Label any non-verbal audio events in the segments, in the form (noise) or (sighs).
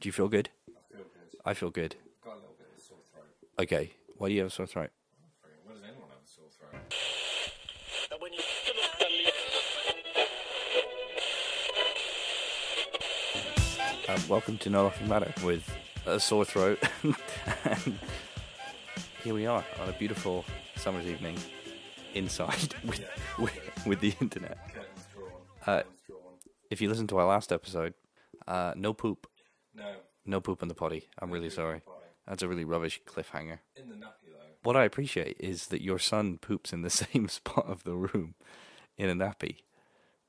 Do you feel good? Feel good. I feel good. Got a little bit of a sore throat. Okay. Why do you have a sore throat? When does anyone have a sore throat? Um, welcome to No Laughing Matter with a sore throat. (laughs) and here we are on a beautiful summer's evening inside (laughs) with, with, with the internet. Curtains drawn. Uh, Curtains drawn. If you listen to our last episode, uh, no poop. No. No poop in the potty. I'm really sorry. Bye. That's a really rubbish cliffhanger. In the nappy though. What I appreciate is that your son poops in the (laughs) same spot of the room in a nappy.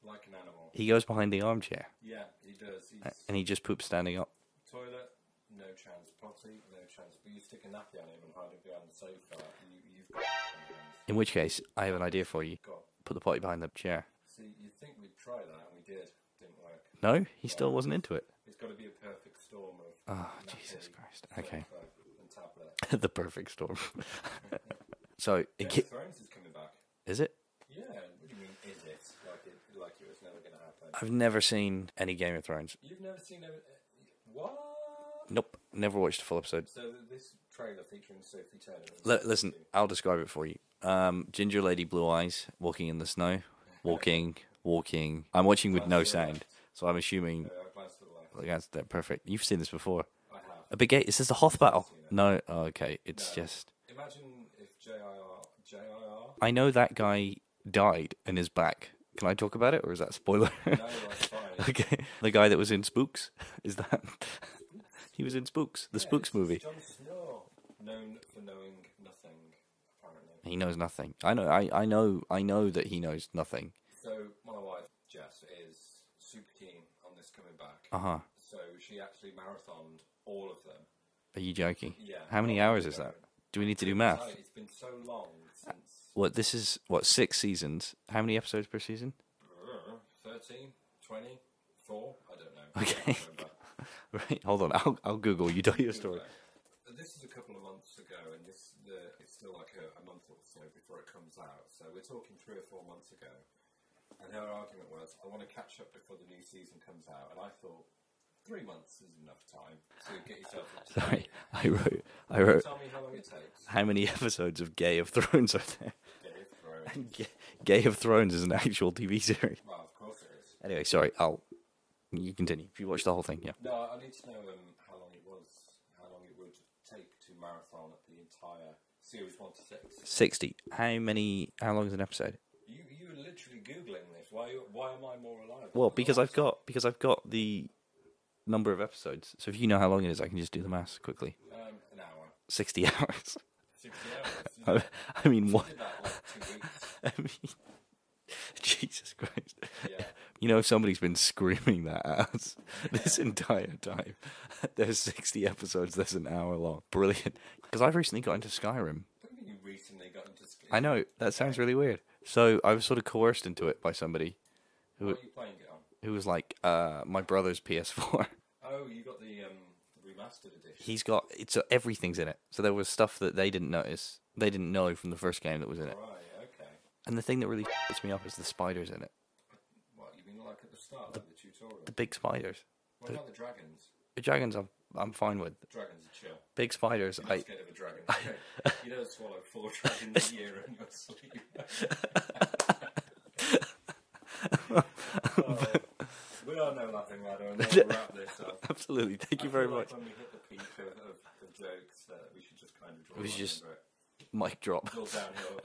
Like an animal. He goes behind the armchair Yeah, he does. He's and he just poops standing up. toilet. No chance potty, no chance. But you stick a nappy on him and hide him behind the sofa. You, you've got on your hands. In which case, I have an idea for you. Got. Put the potty behind the chair. See, you'd think we'd try that, and we did. Didn't work. No, he still wasn't into it. It's got to be a perfect storm Oh, of. nappy, Jesus Christ. Okay. (laughs) sofa, And tablet. the perfect storm. (laughs) so, it Game ki- of Thrones is coming back. is it? Yeah, what do you mean, is it? Like it, like it was never going to happen. I've never seen any Game of Thrones. You've never seen a. What? Nope, never watched a full episode. So th- this trailer featuring Sophie Turner. and L- listen, I'll describe it for you. Um, ginger lady, blue eyes, walking in the snow, walking, walking. I'm watching with no sound, so I'm assuming Sophie, uh, Glance to the Left. like, that's that perfect. You've seen this before. I have. A big gate. Is this the Hoth battle? No. Oh, okay. It's No. just Imagine if J.I.R. J.I.R. I know that guy died and is back. Can I talk about it, or is that spoiler? No, that's fine. (laughs) Okay. The guy that was in Spooks? (laughs) Is that. he was in Spooks, the Spooks movie. John Snow, known for knowing nothing, apparently. He knows nothing. I know I, I know I know that he knows nothing. So my wife Jess is super keen on this coming back. Uh huh. So she actually marathoned all of them. Are you joking? Yeah. How many hours is that? Do we need to do math? Right, it's been so long since What this is what, six seasons? How many episodes per season? uh, 13, 20, 4, I don't know. Okay. (laughs) I can't remember. Right, hold on, I'll I'll Google you tell your story. But This is a couple of months ago, and this the, it's still like a, a month or so before it comes out. So we're talking three or four months ago, and her argument was, "I want to catch up before the new season comes out." And I thought, three months is enough time to get yourself up to Sorry. date. I wrote I (laughs) wrote Tell me how long it takes. how many episodes of Gay of Thrones are there? (laughs) Dave, bro. Ga- Gay of Thrones is an actual TV (laughs) series. Well, of course it is. Anyway, sorry, I'll you continue. If you watch the whole thing, yeah. No, I need to know um, how long it was, how long it would take to marathon the entire series one to six. 60. How many, how long is an episode? You you were literally googling this. Why you- why am I more alive? Well, because I've got, because I've got the number of episodes. So if you know how long it is, I can just do the maths quickly. um, an hour, 60 (laughs) hours. sixty hours. You I, I mean, what? did that like two weeks. (laughs) I mean, Jesus Christ. Yeah. You know, if somebody's been screaming that at us (laughs) this entire time, (laughs) there's 60 episodes, there's an hour long. Brilliant. Because I've recently got into Skyrim. What do you mean you recently got into? Sk- I know, that sounds really weird. So I was sort of coerced into it by somebody What are you playing it on? who was like, uh, my brother's PS4. Oh, you got the um, remastered edition. (laughs) he's got it's uh, everything's in it. So there was stuff that they didn't notice, they didn't know from the first game that was in it. Right. Okay. And the thing that really (laughs) pissed me off is the spiders in it, What you mean like at the start, like the tutorial? the big spiders. what about the dragons? The dragons, I'm I'm fine with. Dragons are chill. Big spiders, You're not I scared of a dragon. okay? you don't swallow (laughs) four dragons a year in your sleep. oh, we are no laughing matter, and we'll wrap this up. (laughs) absolutely. Thank you I very feel much. Like when we hit the peak of, of, of jokes, uh, we should just kind of draw. We We should just- just it. Mic drop. It's all downhill.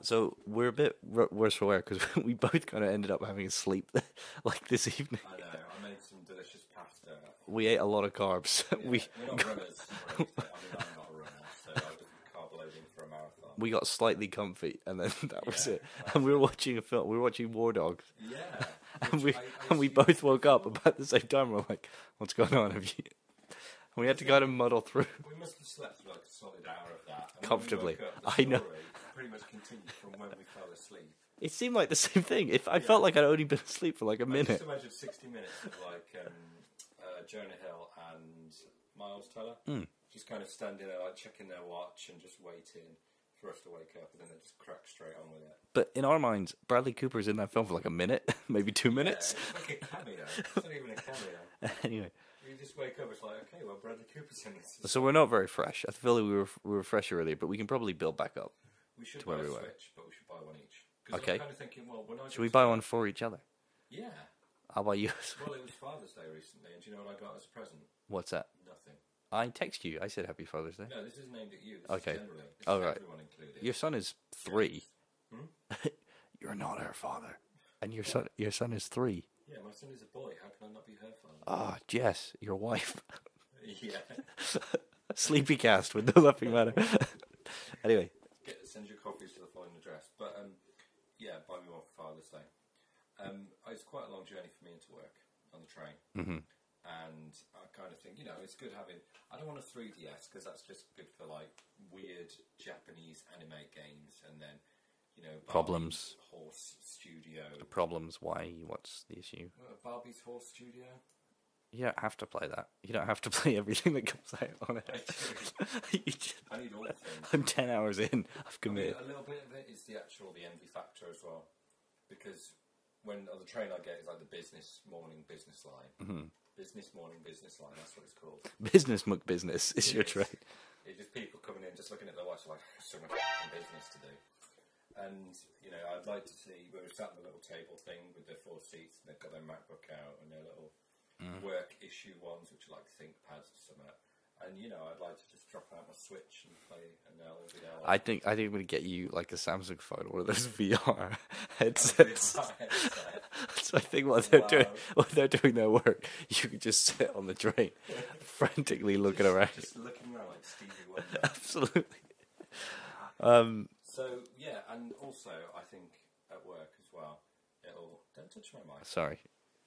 So we're a bit r- worse for wear because (laughs) we both kind of ended up having a sleep (laughs) like this evening. I know. I made some delicious pasta. We ate a lot of carbs. (laughs) we We're not (laughs) runners. right? I mean, I'm not a runner, so I was carb loading for a marathon. we got slightly comfy, and then (laughs) that was Yeah. it. And we were watching a film. We were watching War Dogs. (laughs) Yeah. and we (laughs) which I- I and we assume- both woke up about the same time. We're like, "What's going on?" Have you? (laughs) And we had to kind of muddle through. (laughs) We must have slept like a solid hour of that. And when we Comfortably. woke up, the I know. story Pretty much continued from when we fell asleep. It seemed like the same thing. If I felt like I'd only been asleep for like a (laughs) minute. Just imagine 60 minutes of like um, uh, Jonah Hill Hmm. and Miles Teller just kind of standing there, like checking their watch and just waiting for us to wake up, and then it just cracks straight on with it. But in our minds, Bradley Cooper's in that film for like a minute, (laughs) maybe two Yeah, minutes. it's like a cameo. It's not even a cameo. anyway, You just wake up, it's like, okay, well, Bradley Cooper's in this. so we're not very fresh. I feel like we were we were fresh earlier, but we can probably build back up. We should To buy where a we were. Switch, but we should buy one each. 'Cause Okay. I'm kind of thinking, well, when I Should we buy one for each other? Yeah. I'll buy you. a Switch. Well, it was Father's Day recently, and do you know what I got as a present? (laughs) What's that? Nothing. I text you. I said Happy Father's Day. No, this isn't aimed at you. This Okay. Is generally. This All is right. Everyone included. Your son is three. (laughs) You're not her father, and your son your son is three. Yeah, my son is a boy. How can I not be her father? (laughs) Ah, Jess, your wife. (laughs) yeah. Sleepy cast with no laughing matter. (laughs) anyway, Get, send your copies to the following address. But um, yeah, buy me one for Father's Day. Um, it's quite a long journey for me into work on the train. Mm-hmm. And I kind of think, you know, it's good having. I don't want a 3DS because that's just good for like weird Japanese anime games and then, you know, Barbie's Problems. Horse Studio. problems. Why? What's the issue? Uh, Barbie's Horse Studio? You don't have to play that. You don't have to (laughs) play everything that comes out on I it. (laughs) do. You just- I need all the things. I'm ten hours in. I've committed. A little bit of it is the actual the envy factor as well, because when on the train I get is like the business morning business line, mm-hmm. business morning business line. That's what it's called. Business muck business is your It's- trade. It's just people coming in, just looking at their watch, like (laughs) so much f***ing business to do. And you know, I'd like to see we were sat at the little table thing with the four seats, and they've got their MacBook out and their little work issue ones, which are like ThinkPads or something. And you know, I'd like to just drop out my Switch and play an hour every hour. I think I think I'm gonna get you like a Samsung phone, one of those (laughs) (laughs) VR headsets. (laughs) It's So I think while they're doing Wow. while they're doing their work, you could just sit on the train, (laughs) frantically looking around. Just looking around like Stevie Wonder. Absolutely. so yeah, and also I think at work as well, it'll don't touch my mic. Sorry.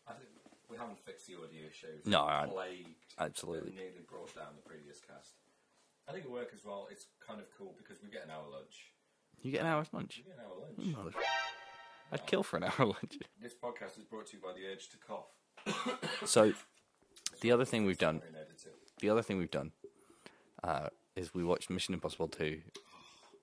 I think we haven't fixed the audio issues. No, I- plagued. absolutely. that Nearly brought down the previous cast. I think at work as well. It's kind of cool because we get an hour lunch. You get an hour's lunch. We get an hour lunch. Mother- I'd kill for an (laughs) hour lunch. This podcast is brought to you by the urge to cough. So the other thing we've done In editing. the other thing we've done uh, is we watched Mission Impossible two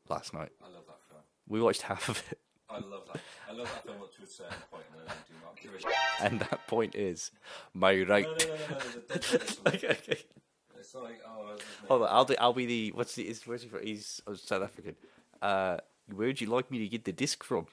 last night. I love that film. We watched (laughs) half of it. I love that. I love that film up to a certain point, and then I do not give a shit. And that point is my right. No, no, no, no, no. the- the- (laughs) the- okay, okay. It's like, oh, Hold on, I'll do, I'll be the what's the is where's he from? He's oh, South African. Uh, where would you like me to get the disc from?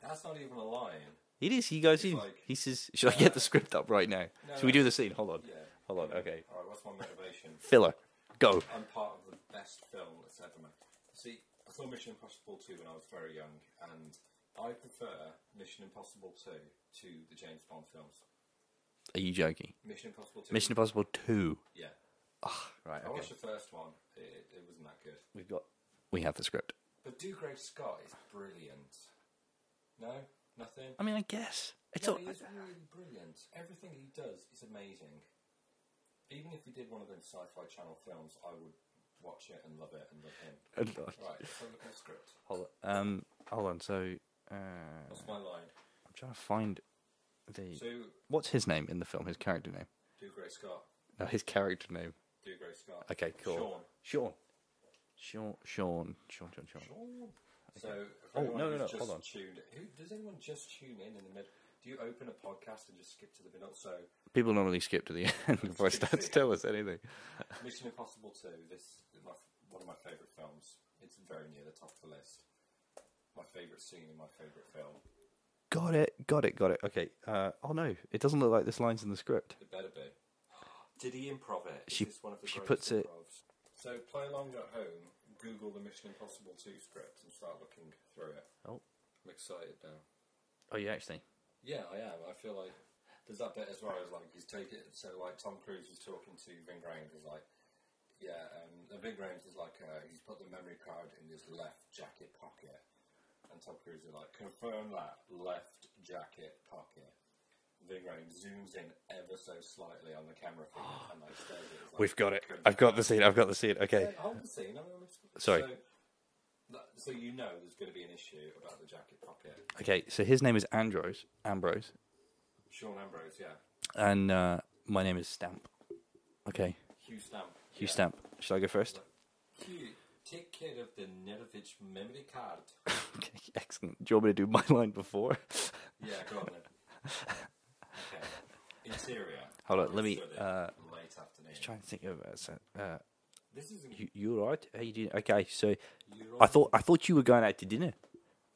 that's not even a line. It is. He goes He's in. like- he says, "Should I get the script up right now? No, Should we no. do the scene? Hold on. Yeah. Hold on. Okay. All right, what's my motivation? Filler. Go. I'm part of the best film that's ever made. See, I saw Mission Impossible 2 when I was very young, and I prefer Mission Impossible 2 to the James Bond films. Are you joking? Mission Impossible 2. Mission Impossible Two. Yeah. Right. I Okay. watched the first one. It, it wasn't that good. We've got. We have the script. But Do Great Scott is brilliant. No? Nothing? I mean, I guess Um, it's No, all. he (laughs) is really brilliant. Everything he does is amazing. Even if he did one of those sci-fi channel films, I would watch it and love it and love him. uh, Right, let's have a look at the script. Hold on. Um. Hold on. So, uh, I'm What's my line? trying to find the. So, What's his name in the film? His character name? do Grey Scott. No, his character name. Do Grey Scott. Okay. Cool. Sean. Sean. Sean. Sean. Sean. Sean. Sean. So, if Oh, anyone no, no, who's no, just hold on. Tuned, who, does anyone just tune in in the middle? Do you open a podcast and just skip to the middle? So, People normally skip to the (laughs) end before I start to tell us anything. Mission Impossible 2, this is my, one of my favourite films. It's very near the top of the list. My favourite scene in my favourite film. Got it, got it, got it. Okay. Uh, oh no, it doesn't look like this line's in the script. It better be. (gasps) Did he improv it? Is She- this one of the she greatest puts it- improvs? So play along at home. Google the Mission Impossible Two script and start looking through it. Oh, I'm excited now. oh, you actually. Yeah, I am. I feel like there's that bit as well as like he's taking it. So like Tom Cruise is talking to Vin Grimes is like, yeah, um, and Vin Grimes is like uh, he's put the memory card in his left jacket pocket, and Tom Cruise is like, confirm that left jacket pocket. Vin Grimes zooms in ever so slightly on the camera (gasps) finger and like stares at it. It's like, We've got it. "Confirm I've got the scene. I've got the scene. Okay. Wait, hold the scene. I'm gonna explain. Sorry. So, that, so you know there's going to be an issue about the jacket pocket. Okay. So his name is Andros Ambrose, Sean Ambrose, yeah. and uh, my name is Stamp. Okay. Hugh Stamp. Hugh yeah. Stamp. Shall I go first? Hugh, Take care of the Nerovich memory card. Okay, (laughs) excellent. Do you want me to do my line before? (laughs) Yeah, go on then. okay. Interior. Hold on, let me, Study. uh, Late afternoon. Trying to think of uh, so, uh, This is in you, you all right? How you doing? Okay, so I Europe. thought I thought you were going out to dinner. (laughs)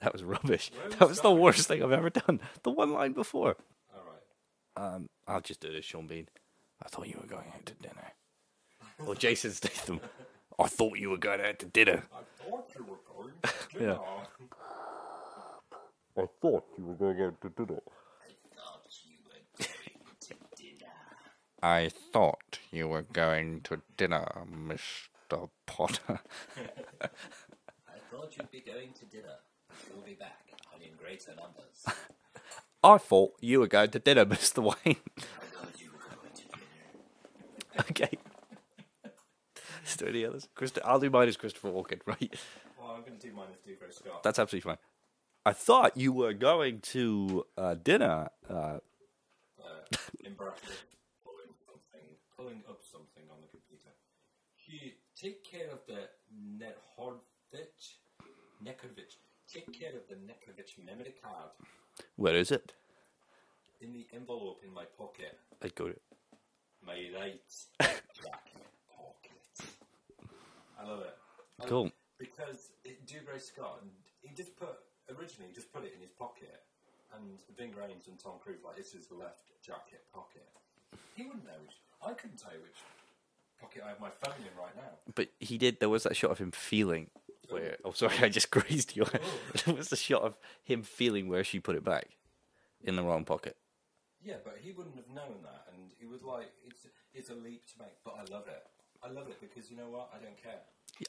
That was rubbish. Where That was was the that? worst thing I've ever done. (laughs) The one line before. All right. Um, I'll just do this, Sean Bean. I thought you were going out to (laughs) dinner. Or Jason Statham. I thought you were going out to dinner. I thought you were going. (laughs) to dinner. (laughs) I thought you were going out to dinner. I thought you were going to dinner, Mr. Potter. I thought you'd be going to dinner. You'll be back, and in greater numbers. (laughs) I thought you were going to dinner, (laughs) Mr. Wayne. I thought you were going to dinner. okay. Is there any others? Christ- I'll do mine as Christopher Walken, (laughs) right? Well, I'm going to do mine as Deco Scott. That's absolutely fine. I thought you were going to uh, dinner. Uh, uh, in bracket, pulling something, pulling up something on the computer. He take care of the Nehordvich, Nekovic. Take care of the Nekovic memory card where is it? in the envelope in my pocket. I go to. My right back pocket. I love it. I love Cool. it Because it, Dubray Scott, he just put originally he just put it in his pocket, and Ving Rhames and Tom Cruise like this is left jacket pocket. He wouldn't know which. I couldn't tell you which pocket I have my phone in right now. But he did. There was that shot of him feeling where. Oh, sorry, I just (laughs) grazed you. there was the shot of him feeling where she put it back in the wrong pocket. Yeah, but he wouldn't have known that, and he would like it's it's a leap to make. But I love it. I love it because you know what? I don't care.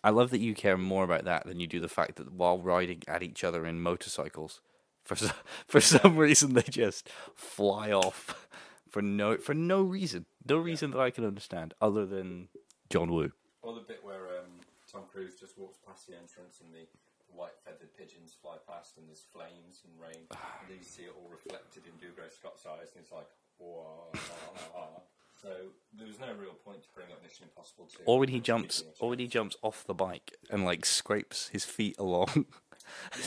I love that you care more about that than you do the fact that while riding at each other in motorcycles, for so, (laughs) for some reason they just fly off (laughs) for no for no reason, no reason that I can understand other than John Woo. Or the bit where um, Tom Cruise just walks past the entrance and the white feathered pigeons fly past and there's flames and (sighs) rain and then you see it all reflected in Dougray Scott's eyes and it's like, whoa. (laughs) so there was no real point to bring up Mission Impossible 2. Or when he jumps, Speaking of or when he jumps off the bike and like scrapes his feet along. (laughs)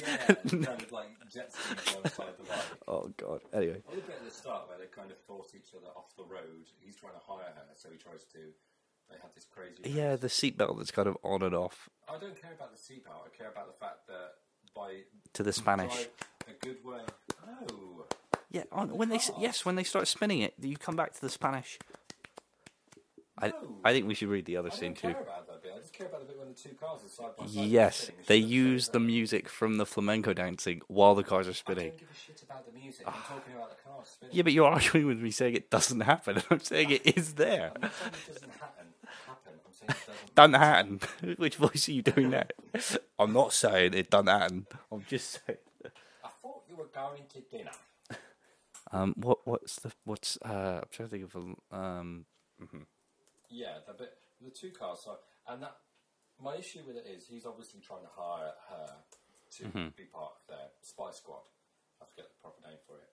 Yeah, and kind of like jet skis alongside the bike. oh God! Anyway, Or the bit at the start where they kind of force each other off the road. He's trying to hire her, so he tries to. They have this crazy. yeah, the seatbelt that's kind of on and off I don't care about the seatbelt. I care about the fact that by to the Spanish. drive a good way. Oh, Yeah, on, when they s- yes, when they start spinning it, you come back to the Spanish. I No. I think we should read the other I scene don't too. care about that bit. I just care about the bit when the two cars are side by side. Yes, spinning. they It's just use so the great. music from the flamenco dancing while the cars are I spinning. don't give a shit about the music. Ah. I'm talking about the cars spinning. Yeah, but you're arguing with me saying it doesn't happen, (laughs) and I'm saying it is there. I'm not saying it doesn't happen. happen. I'm saying it doesn't. Done happen. (laughs) Which voice are you doing now? I'm not saying it done happen. I'm just saying. I thought you were going to dinner. Um, what what's the what's uh? I'm trying to think of a um. (laughs) Yeah, the bit the two cars. So, and that my issue with it is he's obviously trying to hire her to be part of their spy squad. I forget the proper name for it.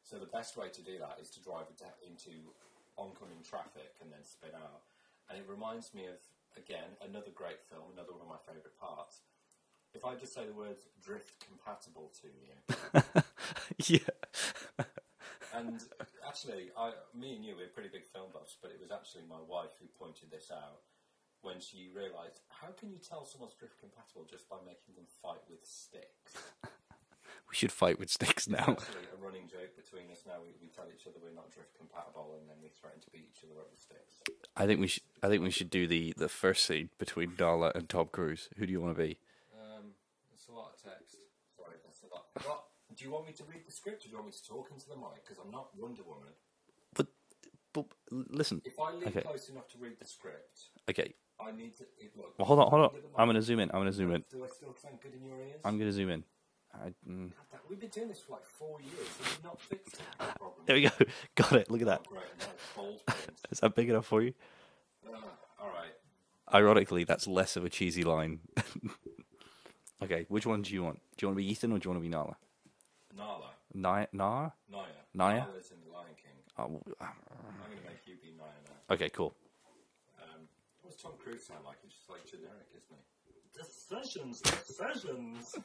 So the best way to do that is to drive into- into oncoming traffic and then spin out. And it reminds me of again another great film, another one of my favourite parts. If I just say the words "drift compatible" to you, Yeah. and actually, I, me and you, we're pretty big film buffs, but it was actually my wife who pointed this out when she realised how can you tell someone's drift compatible just by making them fight with sticks? We should fight with sticks now. actually, a running joke between us now. We, we tell each other we're not drift compatible, and then we threaten to beat each other up with sticks. I think we should. I think we should do the the first scene between Darla and Tom Cruise. Who do you want to be? Um, that's a lot of text. Sorry, that's a lot. What? Do you want me to read the script, or do you want me to talk into the mic? Because I'm not Wonder Woman. But, but listen. If I lean Okay. close enough to read the script, Okay. I need to. It, look, Well, hold on, hold on. Look at the I'm mic. gonna zoom in. I'm gonna zoom in. Do I still sound good in your ears? I'm gonna zoom in. I, mm. God, Uh, We've been doing this for like four years. and We've not fixed the problem. There we go. (laughs) Got it. Look at that. Uh, Great, now it's bold print. Is that big enough for you? Ah, all right. Ironically, that's less of a cheesy line. (laughs) okay, which one do you want? Do you want to be Ethan or do you want to be Nala? Nala, Naya? Nara? Naya. Naya? Nala's in The Lion King. Oh, (sighs) ah. I'm going to make you be Naya now. okay, cool. (laughs) Um, what does Tom Cruise sound like? He's just like generic, isn't he? Decisions, decisions.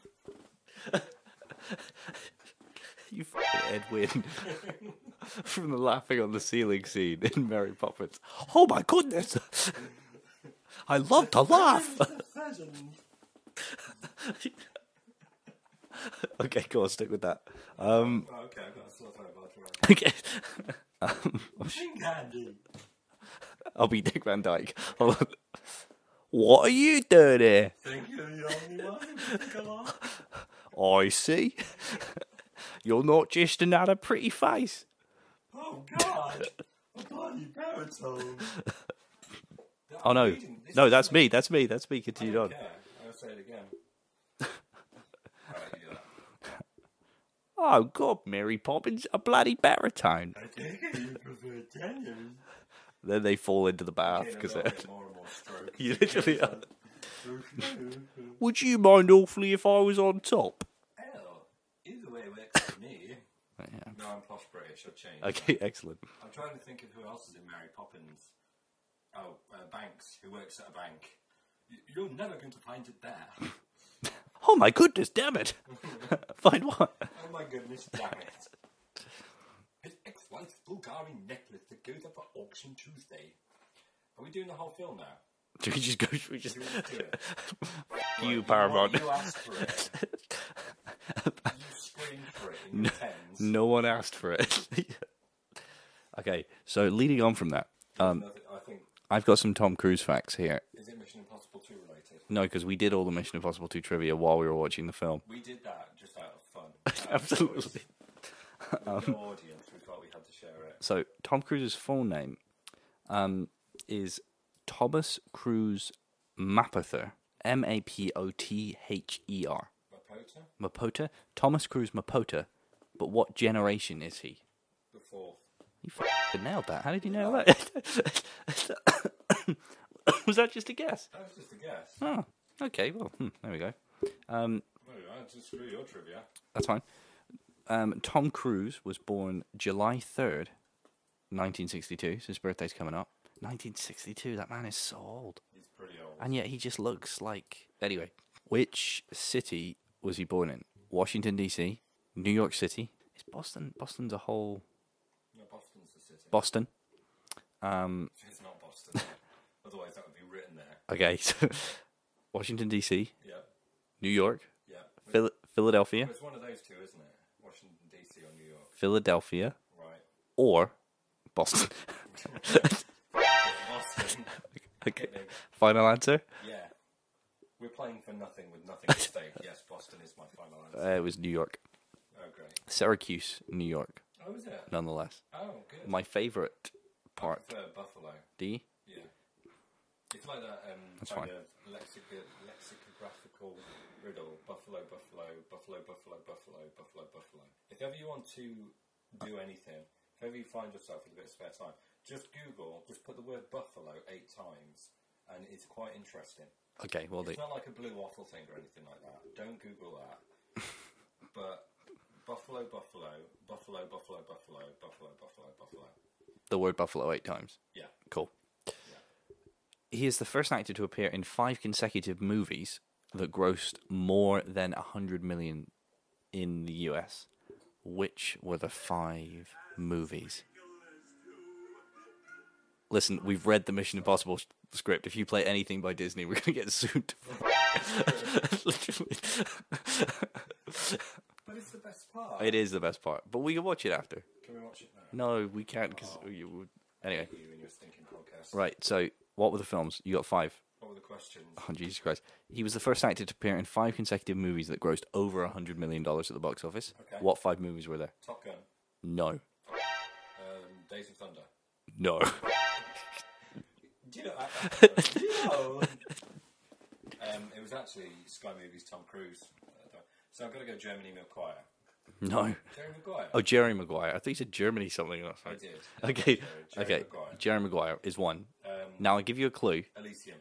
You fucking Edwin (laughs) from the laughing on the ceiling scene in Mary Poppins. Oh my goodness! (laughs) I love to laugh. (laughs) decisions. okay, go on, stick with that. (laughs) Um, Oh, okay, I've got a sore throat, but I'll try. okay. Um, Machine candy. I'll be Dick Van Dyke. (laughs) Hold on. What are you doing here? Think you're the only one. Think along. I see. (laughs) You're not just another pretty face. Oh God! A bloody baritone. Oh no, Reading, this no, is- that's me. That's me. That's me. I Continued don't on. care. I'll say it again. Alright, you do that. Oh God, Mary Poppins, a bloody baritone. I think you prefer tenors. Then they fall into the bath Getting a because little bit more and more stroke. (laughs) you literally are. Ew. Would you mind awfully if I was on top? Either way works for me. No, I'm posh British. I've changed. Okay, (laughs) excellent. I'm trying to think of who else is in Mary Poppins. Oh, uh, Banks, who works at a bank. Y- You're never going to find it there. Oh my goodness, damn it! (laughs) Find what? oh my goodness, damn it. His ex-wife's Bulgarian necklace that goes up at auction Tuesday. Are we doing the whole film now? (laughs) Do we just go? Should we just (laughs) Do we just do (laughs) it? you Well, Paramount? You asked for it. you screamed for it in your pens. (laughs) No one asked for it. (laughs) okay, so leading on from that, um, Nothing- I think, I've got some Tom Cruise facts here. is it Mission Impossible 2 related? No, because we did all the Mission Impossible 2 trivia while we were watching the film. We did that just out of fun. Absolutely. (laughs) Out of the audience, we thought we had to share it. So Tom Cruise's full name um, is Thomas Cruise Mapother. M A P O T H E R. Mapota, Mapota? Thomas Cruise Mapota. But what generation is he? the fourth. You fucking nailed that. How did you nail that? Was that just a guess? That was just a guess. Oh, okay. Well, hmm, there we go. Um, Well, I just screw your trivia. that's fine. Um, Tom Cruise was born July 3rd, 1962. So his birthday's coming up. 1962. That man is so old. He's pretty old. And yet he just looks like. Anyway, which city was he born in? Washington, D.C., New York City. Is Boston. Boston's a whole. No, Boston's the city. (laughs) Boston. it's not Boston. (laughs) Otherwise, that would be written there. Okay. (laughs) So Washington, D.C., Yeah, New York, yeah. But Phil- Philadelphia, it's one of those two, isn't it? Washington DC or New York, Philadelphia, right? or Boston. (laughs) (laughs) Boston. okay. Final answer. yeah. We're playing for nothing with nothing (laughs) at stake. Yes, Boston is my final Uh, answer. it was New York. Oh, great. Syracuse, New York, Oh, is it? nonetheless. Oh, good. My favorite part. I prefer Buffalo. D. Yeah. It's like that um, That's kind fine. of lexico- lexicographical riddle buffalo, buffalo, buffalo, buffalo, buffalo, buffalo, buffalo. If ever you want to do anything, if ever you find yourself with a bit of spare time, just Google, just put the word buffalo eight times, and it's quite interesting. Okay, well, the, It's not like a blue waffle thing or anything like that. Don't Google that. (laughs) but buffalo, buffalo, buffalo, buffalo, buffalo, buffalo, buffalo, buffalo. the word buffalo eight times. Yeah. Cool. He is the first actor to appear in five consecutive movies that grossed more than 100 million in the US. Which were the five movies? Listen, we've read the Mission Impossible s- script. If you play anything by Disney, we're going to get sued. (laughs) Literally. But it's the best part. It is the best part, but we can watch it after. Can we watch it now? No, we can't because you would. Anyway, You and your stinking podcast. right. So, what were the films? You got five. What were the questions? Oh, Jesus Christ. He was the first actor to appear in five consecutive movies that grossed over $100 million at the box office. Okay. What five movies were there? Top Gun, No. um, Days of Thunder. No. (laughs) Do you know? I, (laughs) I- do you know? um, it was actually Sky Movies, Tom Cruise. uh, So I've got to go Germany McGuire. no. Jerry Maguire. Oh, Jerry Maguire. I thought he said Germany something. Else. I did. Okay. Jerry- Jerry okay. Maguire. Jerry Maguire is one. Um, Now I'll give you a clue. Elysium.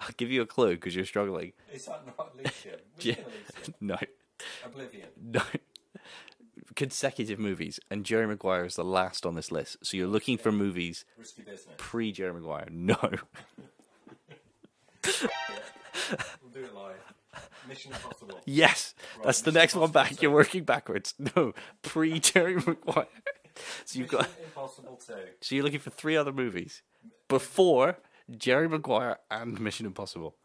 I'll give you a clue because you're struggling. Is that not (laughs) Elysium? We've Yeah. seen Elysium. No. Oblivion. No. (laughs) Consecutive movies, and Jerry Maguire is the last on this list. So you're looking for movies (laughs) Risky Business. pre Jerry Maguire. No. Yeah. We'll do it live. Mission Impossible. Yes, that's the Mission next one back. Impossible You're two. working backwards. (laughs) No, pre Jerry Maguire. So (laughs) you've got Mission Impossible 2. so you're looking for three other movies before Jerry Maguire and Mission Impossible.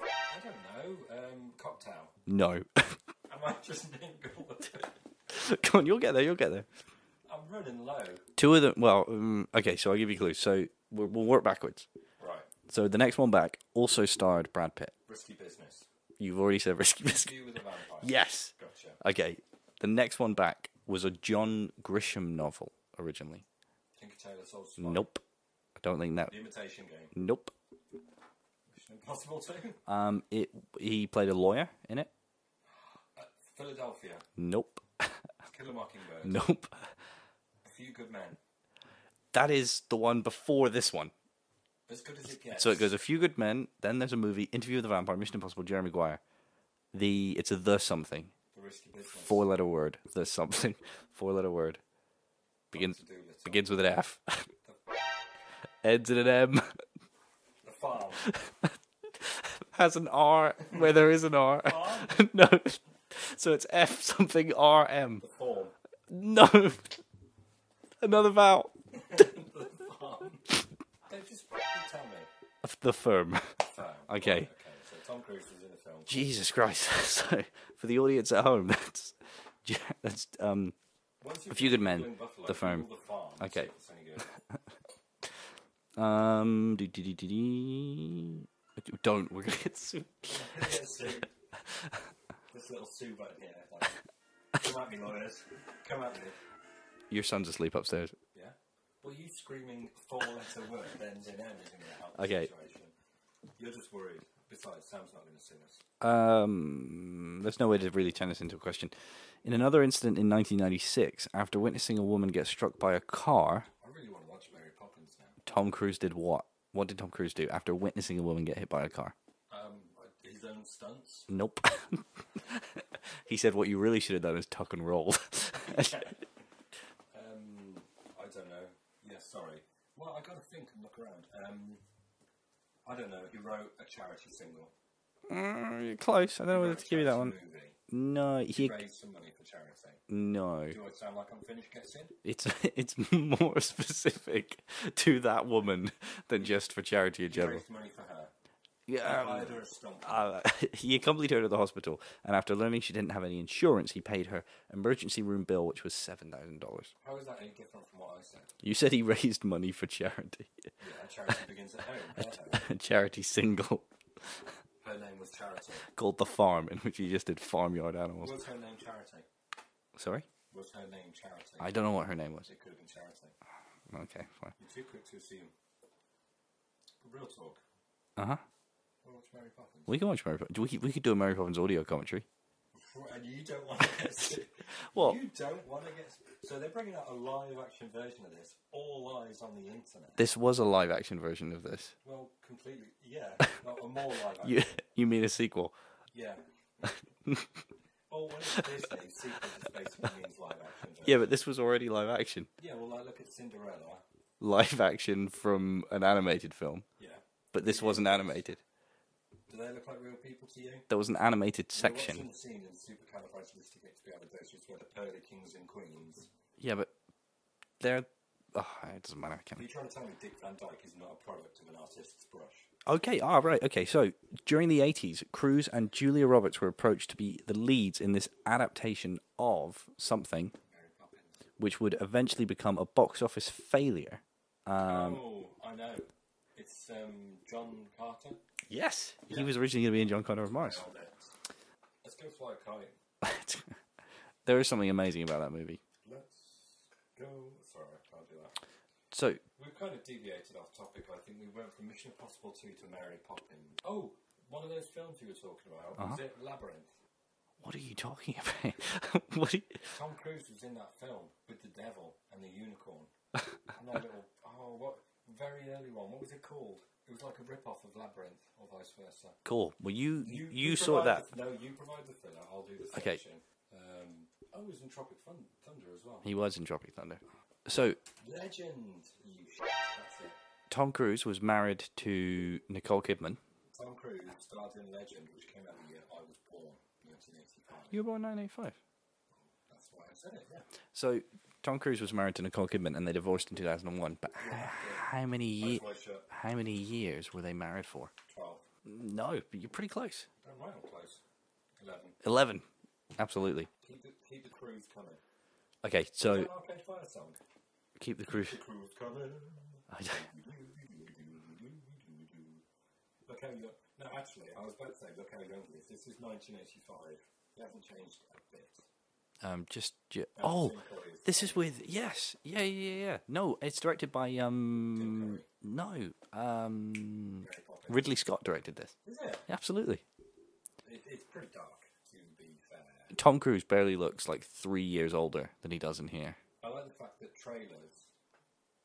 I don't know. Um, cocktail. No, (laughs) Am I just being good? come on, you'll get there. You'll get there. I'm running low. Two of them. Well, um, okay. So I'll give you clues. So we'll, we'll work backwards. Right. So the next one back also starred Brad Pitt. Risky business. You've already said (laughs) Risky Biscuit. View with a vampire. Yes. Gotcha. I Okay. The next one back was a John Grisham novel originally. Tinker Tailor Soldier Spy. Nope. I don't think that. The Imitation Game. Nope. Mission Impossible 2. Um, it he played a lawyer in it. Philadelphia. Nope. (laughs) Kill a Mockingbird. nope. A Few Good Men. That is the one before this one. As good as it gets. So it goes a few good men. Then there's a movie, Interview with the Vampire, Mission Impossible, Jeremy Maguire. The it's a the something The Risky Business. four letter word. The something (laughs) four letter word begins To do little. begins with an F, (laughs) ends in an M, The Farm. has an R where there is an R. Farm? (laughs) no, so it's F something R M. The Form. No, another vowel. Don't just fucking tell me. The firm. Farm. Okay. Okay, so Tom Cruise was in the film. Jesus Christ. (laughs) so, for the audience at home, that's (laughs) that's um Once A Few Good Men, Buffalo, The Firm. All the farms, Okay. it's any good. um do, do, do, do, do. don't we're gonna get sued. Yes, Sue. this little Sue button here. Like, come at me, lawyers. Come at me. Your son's asleep upstairs. Yeah? Well, you screaming four-letter word ends in end isn't going to help the Okay. situation. You're just worried. Besides, Sam's not going to sue us. Um, there's no way to really turn this into a question. In another incident in 1996, after witnessing a woman get struck by a car, I really want to watch Mary Poppins now. Tom Cruise did what? What did Tom Cruise do after witnessing a woman get hit by a car? Um, his own stunts. Nope. (laughs) he said, "What you really should have done is tuck and roll." Um, I don't know. Yeah, sorry. Well, I got to think and look around. Um, I don't know. He wrote a charity single. Mm, you're close. I don't know He whether wrote to a give you that one. charity Movie. No, He he raised some money for charity. no. Do I sound like I'm finished gets in? It's (laughs) it's more (laughs) specific to that woman than just for charity in He general. raised money for her. Yeah. I hired her a stunt. uh, (laughs) he accompanied her to the hospital, and after learning she didn't have any insurance, he paid her emergency room bill, which was seven thousand dollars. How is that any different from what I said? You said he (laughs) raised money for charity, Yeah, charity begins at home. (laughs) Her, a charity single (laughs) her name was Charity. called the Farm, in which he just did farmyard animals. Was her name Charity? Sorry, Was her name Charity? I don't know what her name was. It could have been Charity. Okay, fine. You're too quick to assume. But real talk. Uh huh. Well, it's Mary Poppins. We can watch Mary. Poppins. We could, we could do a Mary Poppins audio commentary. And you don't want to (laughs) get sued. Well- You don't want to get sued. So they're bringing out a live action version of this. All eyes on the internet. This was a live action version of this. (laughs) Well, completely. Yeah. Not a more live action. You you mean a sequel? (laughs) Yeah. well, when it's Disney, sequel just basically means live action. doesn't Yeah, it? but this was already live action. Yeah, well, like, look at Cinderella. Live action from an animated film, Yeah. but this wasn't animated. Do they look like real people to you? There was an animated You're watching section. the scene in Supercalifragilisticexpialidocious where the pearly kings and queens. Yeah, but they're. Oh, it doesn't matter. I Are you can't. trying to tell me Dick Van Dyke is not a product of an artist's brush? Okay, ah, right. Okay, so during the 80s, Cruz and Julia Roberts were approached to be the leads in this adaptation of something Mary Poppins. which would eventually become a box office failure. Um, oh, I know. It's um, John Carter. Yes. He was originally going to be in John Connor of Mars. (laughs) Nailed it. Let's go fly a kite. there is something amazing about that movie. Let's go. Sorry, I can't do that. So, We've kind of deviated off topic. I think we went from Mission Impossible 2 to Mary Poppins. Oh, one of those films you were talking about. Uh-huh. Was it Labyrinth? what are you talking (laughs) about? what are you- Tom Cruise was in that film with the devil and the (laughs) unicorn. and that little, oh, what, very early one. What was it called? It was like a rip-off of Labyrinth or vice versa. Cool. Well, you you, provide sort that. The, no, you provide the filler. I'll do the Okay. searching. Um, oh, he was in Tropic Thun- Thunder as well. He was in Tropic Thunder. So, Legend! You sh- that's it. Tom Cruise was married to Nicole Kidman. Tom Cruise, Guardian Legend, which came out the year I was born, 1985. You were born 1985. That's why I said it, yeah. So Tom Cruise was married to Nicole Kidman, and they divorced in 2001. But h- how many years? That's my shirt, How many years were they married for? 12. No, but you're pretty close. Don't mind, I'm close. 11. Eleven. Absolutely. Keep the, keep the Cruise coming. Okay, so An Arcade Fire song. keep the Cruise. (laughs) The Cruise coming. I don't- Look how young. No, actually, I was about to say, look how young he is. This is 1985. He hasn't changed a bit. Um, just, ju- oh, Tim Curry is- this is with yes, yeah, yeah, yeah, yeah. No, it's directed by um, no, um, Mary Poppins. Ridley Scott directed this. Is it? Absolutely. it? It's pretty dark, to be fair. Tom Cruise barely looks like three years older than he does in here. I like the fact that trailers,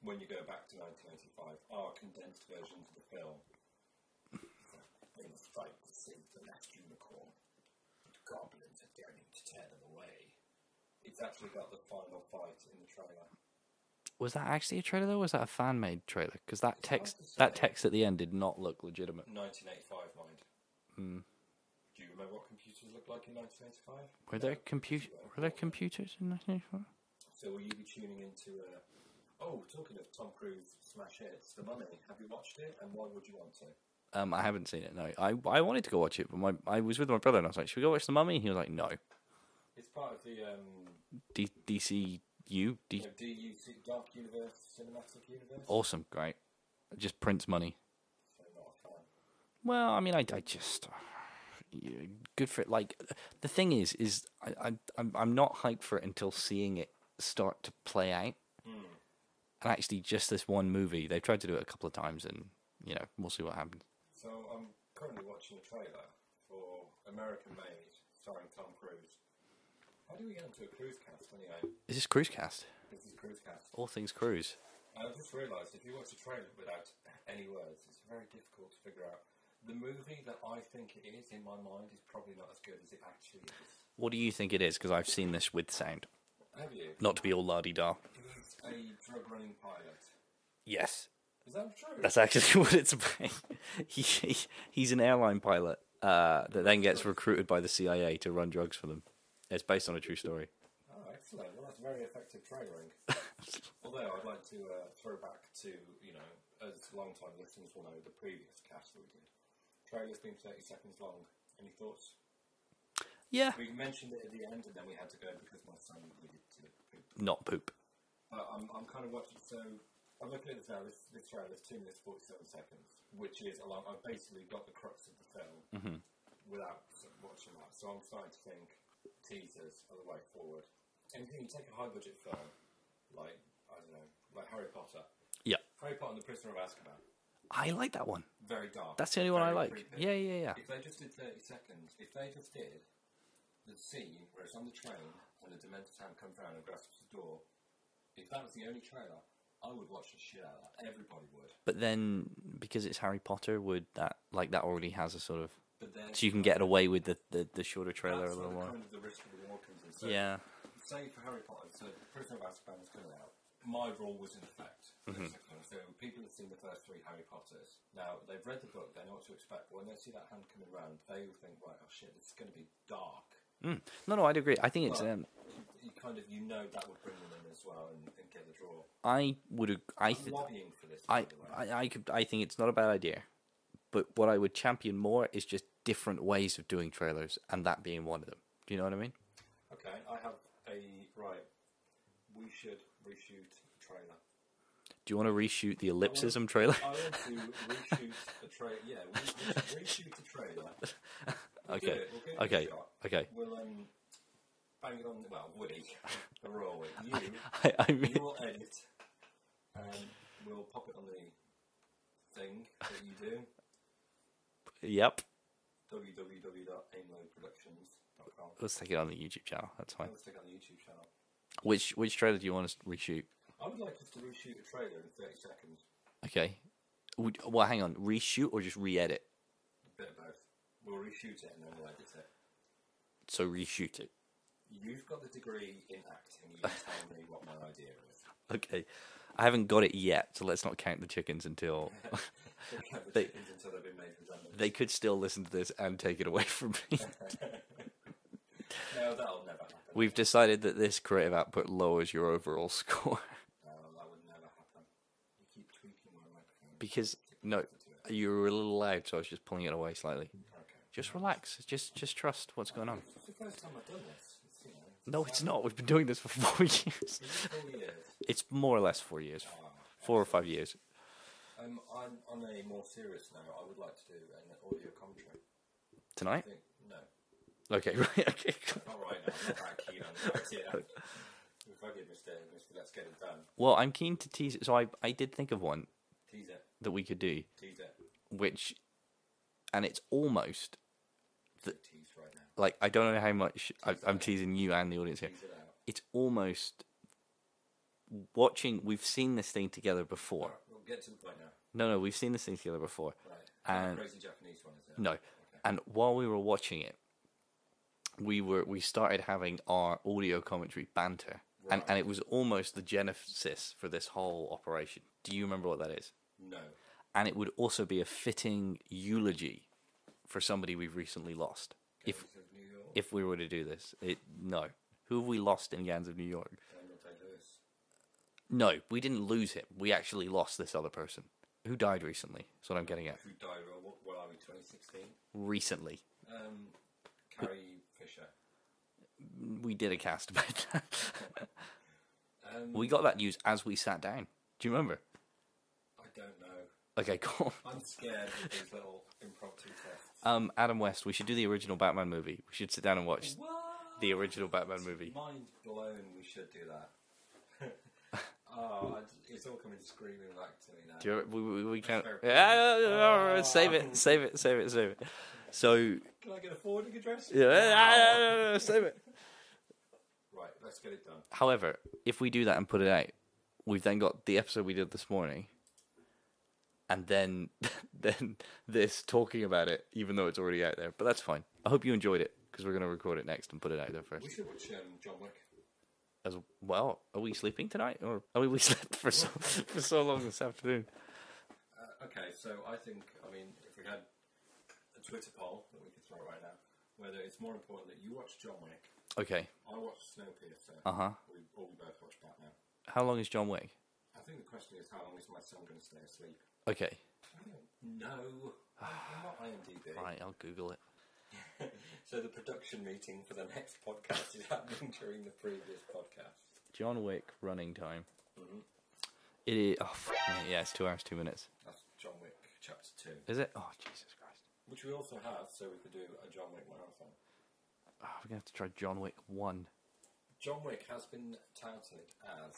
when you go back to 1985, are condensed versions of the film. Things like the sea, the last unicorn, the goblins are daring to tear them away. It's actually got the final fight in the trailer. Was that actually a trailer though? Or was that a fan made trailer? Because that text, to that say. text at the end did not look legitimate. 1985, mind. Do you remember what computers looked like in 1985? Were there No. computer? Were there computers in 1984? So will you be tuning into? Uh, oh, talking of Tom Cruise smash hits, The Mummy. Have you watched it? And why would you want to? Um, I haven't seen it. No, I I wanted to go watch it, but my I was with my brother and I was like, "Should we go watch the Mummy?" He was like, "No." It's part of the um, D- DCU, D- you know, DUC Dark Universe Cinematic Universe. awesome, great. Just prints money. So not a fan. Well, I mean, I, I just uh, yeah, good for it. Like the thing is, is I, I I'm I'm not hyped for it until seeing it start to play out. And actually, just this one movie, they've tried to do it a couple of times, and you know, we'll see what happens. So I'm currently watching a trailer for American Made, starring Tom Cruise. How do we get into a cruise cast anyway? Is this Cruise Cast? This is cruise cast. All things Cruise. I just realised if you watch a trailer without any words, it's very difficult to figure out. The movie that I think it is in my mind is probably not as good as it actually is. What do you think it is? Because I've seen this with sound. Have you? Not to be all lardy da. He's a drug running pilot. Yes, Is that true? That's actually (laughs) what it's about. he, he, he's an airline pilot uh, that then gets recruited by the CIA to run drugs for them. It's based on a true story. Oh, excellent. Well, that's very effective trailering. Although I'd like to uh, throw back to, you know, as long-time listeners will know, the previous cast that we did. Trailer's been 30 seconds long. Any thoughts? Yeah. We mentioned it at the end and then we had to go because my son needed to poop. Not poop. But I'm, I'm kind of watching, so I'm looking at this now. This, this trailer is 2 minutes 47 seconds, which is a long. I've basically got the crux of the film without s- watching that. So I'm starting to think teasers are the way forward. And if you can take a high budget film, like, I don't know, like Harry Potter. Yeah. Harry Potter and the Prisoner of Azkaban. I like that one. Very dark. That's the only one I very like. creepy. Yeah, yeah, yeah. If they just did 30 seconds, if they just did the scene where it's on the train and the Dementor Town comes round and grasps the door, if that was the only trailer, I would watch the shit out of that. Everybody would. But then, because it's Harry Potter, would that like that already has a sort of But then so you can get away with the the, the shorter trailer that's a little where more. the kind of the risk of the war comes in. So Yeah. Say for Harry Potter, so Prisoner of Azkaban is coming out. My rule was in effect. Mm-hmm. basically. So people have seen the first three Harry Potters. Now they've read the book, they know what to expect. But when they see that hand coming round, they will think, right, oh shit, this is going to be dark. Mm. No, no, I'd agree. I think it's Well, um, you kind of you know that would bring them in as well and, and get the draw. I would ag- I I'm th- lobbying for this. by I, the way. I, I could, I think it's not a bad idea, but what I would champion more is just different ways of doing trailers, and that being one of them. Do you know what I mean? okay, I have a right. We should reshoot the trailer. Do you want to reshoot the ellipsism trailer? (laughs) I want to reshoot the trailer. Yeah, we, we should reshoot the (laughs) trailer. We'll do Okay, it, we'll give it a okay, shot. okay. We'll um, bang it on. Well, Woody, (laughs) or all you, (laughs) I, I mean, you will edit. Um, we'll pop it on the thing that you do. yep. www.aimloadproductions.com. Let's take it on the YouTube channel. That's fine. Let's take on the YouTube channel. Which which trailer do you want us to reshoot? I would like us to reshoot a trailer in 30 seconds. Okay. Would, well, hang on. Reshoot or just re-edit? A bit of both. We'll reshoot it and then we'll edit it. So reshoot it. You've got the degree in acting. You tell me what my idea is. (laughs) Okay. I haven't got it yet, so let's not count the chickens (laughs) until Don't count the They- chickens until they've been made redundant. they could still listen to this and take it away from me. No, that'll never happen. We've decided that this creative output lowers your overall (laughs) score No, that would never happen. You keep tweaking my microphone. because no, you were a little loud, so I was just pulling it away slightly. Just relax. Just just trust what's going on. It's the first time I've done this. It's, you know, No, it's not. We've been doing this for (laughs) four years. four years. It's more or less four years, four or five years. Um, on, on a more serious note, I would like to do an audio commentary. Tonight. I think, no, Okay. (laughs) Right. Okay. not right now. I'm not that keen on that yet. If I did, Mr. Mr. Let's get it done. Well, I'm keen to tease it. So I I did think of one Tease it, that we could do, tease it, which, and it's almost It's a tease right now. like I don't know how much I, I'm teasing you and the audience here. Tease it out. It's almost watching. We've seen this thing together before. Alright, we'll get to the point now. No, no, we've seen this thing together before. Right. And- crazy Japanese one, is it? No. And while we were watching it, we were we started having our audio commentary banter. And and it was almost the genesis for this whole operation. Do you remember what that is? No. And it would also be a fitting eulogy for somebody we've recently lost. If Gangs of New York. if we were to do this. It no. Who have we lost in Gans of New York? Daniel Day Lewis. No, we didn't lose him. We actually lost this other person. Who died recently? That's what I'm getting at. Who died? Well, what, what are we? 2016. Recently. Um, Carrie Fisher. We did a cast about that. Um, We got that news as we sat down. Do you remember? I don't know. Okay, (laughs) cool. I'm scared of these little impromptu tests. Um, Adam West, we should do the original Batman movie. We should sit down and watch What? the original Batman movie. Mind blown. We should do that. (laughs) oh, I d- it's all coming screaming back to me now. Do you, we, we, we can't. Sure. Ah, save it, save it, save it, save it. So, Can I get a forwarding address? yeah, save it. Right, let's get it done. However, if we do that and put it out, we've then got the episode we did this morning, and then (laughs) then this talking about it, even though it's already out there. But that's fine. I hope you enjoyed it because we're going to record it next and put it out there first. We should watch um, John Wick. as well. Are we sleeping tonight, or are we, we (laughs) slept for so for so long this afternoon? Uh, okay, so I think, I mean, if we had a Twitter poll that we could throw right now, whether it's more important that you watch John Wick, Okay. I watch Snowpiercer, Uh-huh. we, or we both watch Batman. How long is John Wick? I think the question is how long is my son going to stay asleep? Okay. I don't know. I'm not IMDb. Right. I'll Google it. So the production meeting for the next podcast is (laughs) happening during the previous podcast. John Wick running time. It is. Oh, f- me, yeah. It's two hours two minutes. That's John Wick Chapter 2, Is it? Oh Jesus Christ! which we also have, so we could do a John Wick marathon. Oh, we're gonna have to try John Wick one. John Wick has been touted as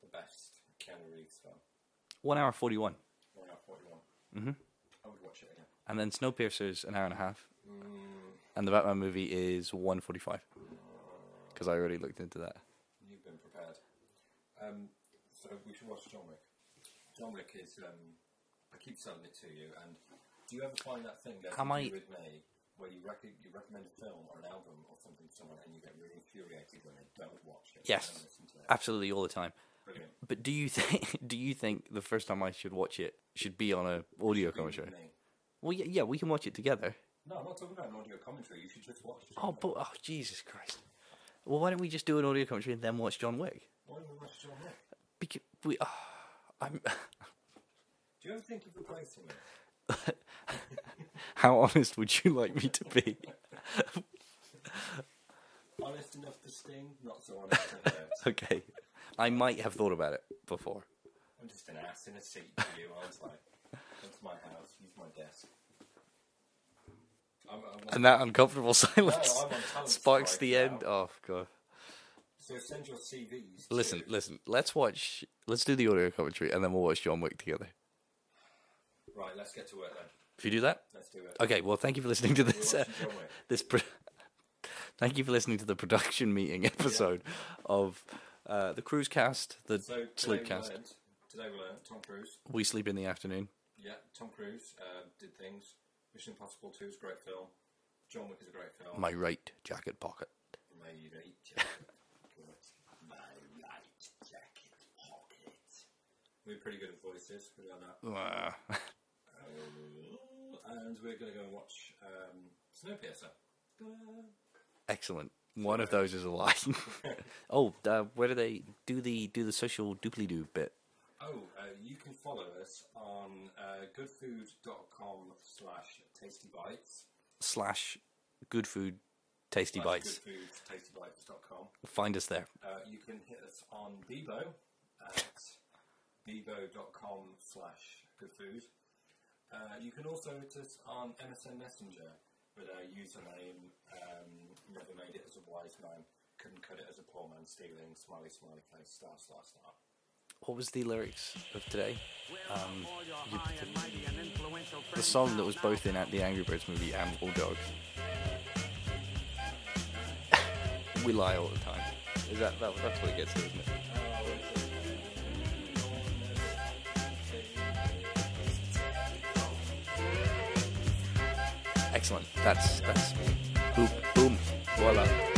the best Keanu Reeves film. One hour forty one, One hour 41. Mm-hmm. I would watch it again. and then Snowpiercer's an hour and a half, and the Batman movie is one forty five. Because I already looked into that. You've been prepared. Um, so we should watch John Wick. John Wick is. Um, I keep selling it to you, and do you ever find that thing that Am you I- do with me, where you, rec- you recommend a film or an album or something to someone, and you get really infuriated when they don't watch it? Yes. Don't listen to it. Absolutely, all the time. Brilliant. But do you (laughs) think do you think the first time I should watch it should be on a audio commentary? Me. Well, yeah, yeah, we can watch it together. No, I'm not talking about an audio commentary. You should just watch. John Oh, Wick. but oh, Jesus Christ! Well, why don't we just do an audio commentary and then watch John Wick? Why don't we watch John Wick? Because we, oh, I'm. (laughs) Do you ever think of replacing it? How honest would you like me to be? (laughs) Honest enough to sting, not so honest to hurt. okay, I might have thought about it before. I'm just an ass in a seat to you, aren't I? That's my house. Use my desk. I'm, I'm, And that uncomfortable (laughs) silence No, Oh, I'm on talent sparks strike the end. now. Oh God! So send your CVs. to- Listen, listen. Let's watch. Let's do the audio commentary and then we'll watch John Wick together. Right, let's get to work then. If you do that, Let's do it. okay. Well, thank you for listening to this. We're uh, watching John Wick. this pro- thank you for listening to the production meeting episode of uh, the cruise cast the So today sleep we cast learned. Today we learned Tom Cruise. we sleep in the afternoon Yeah, Tom Cruise uh, did things. Mission Impossible Two is a great film. John Wick is a great film. my right jacket pocket My (laughs) right jacket. pocket. My right jacket pocket. We're pretty good at voices. Pretty on that. Wah. And we're going to go and watch um, Snowpiercer. Excellent. One of those is a (laughs) lie. (laughs) oh, uh, where do they do the do the social doobly doo bit? Oh, uh, you can follow us on uh, goodfood.com slash tasty bites. Slash good food, tasty bites. Goodfoodtastybites.com. Find us there. Uh, you can hit us on Bebo at bebo.com slash goodfood. Uh, you can also hit us on MSN Messenger with our username, um, never made it as a wise man, couldn't cut it as a poor man, stealing, smiley, smiley face, star, star, star. What was the lyrics of today? Um, The song that was both in at the Angry Birds movie and War Dogs. (laughs) we lie all the time. Is that, that that's what it gets to, isn't it? Excellent. That's that's boom boom voila.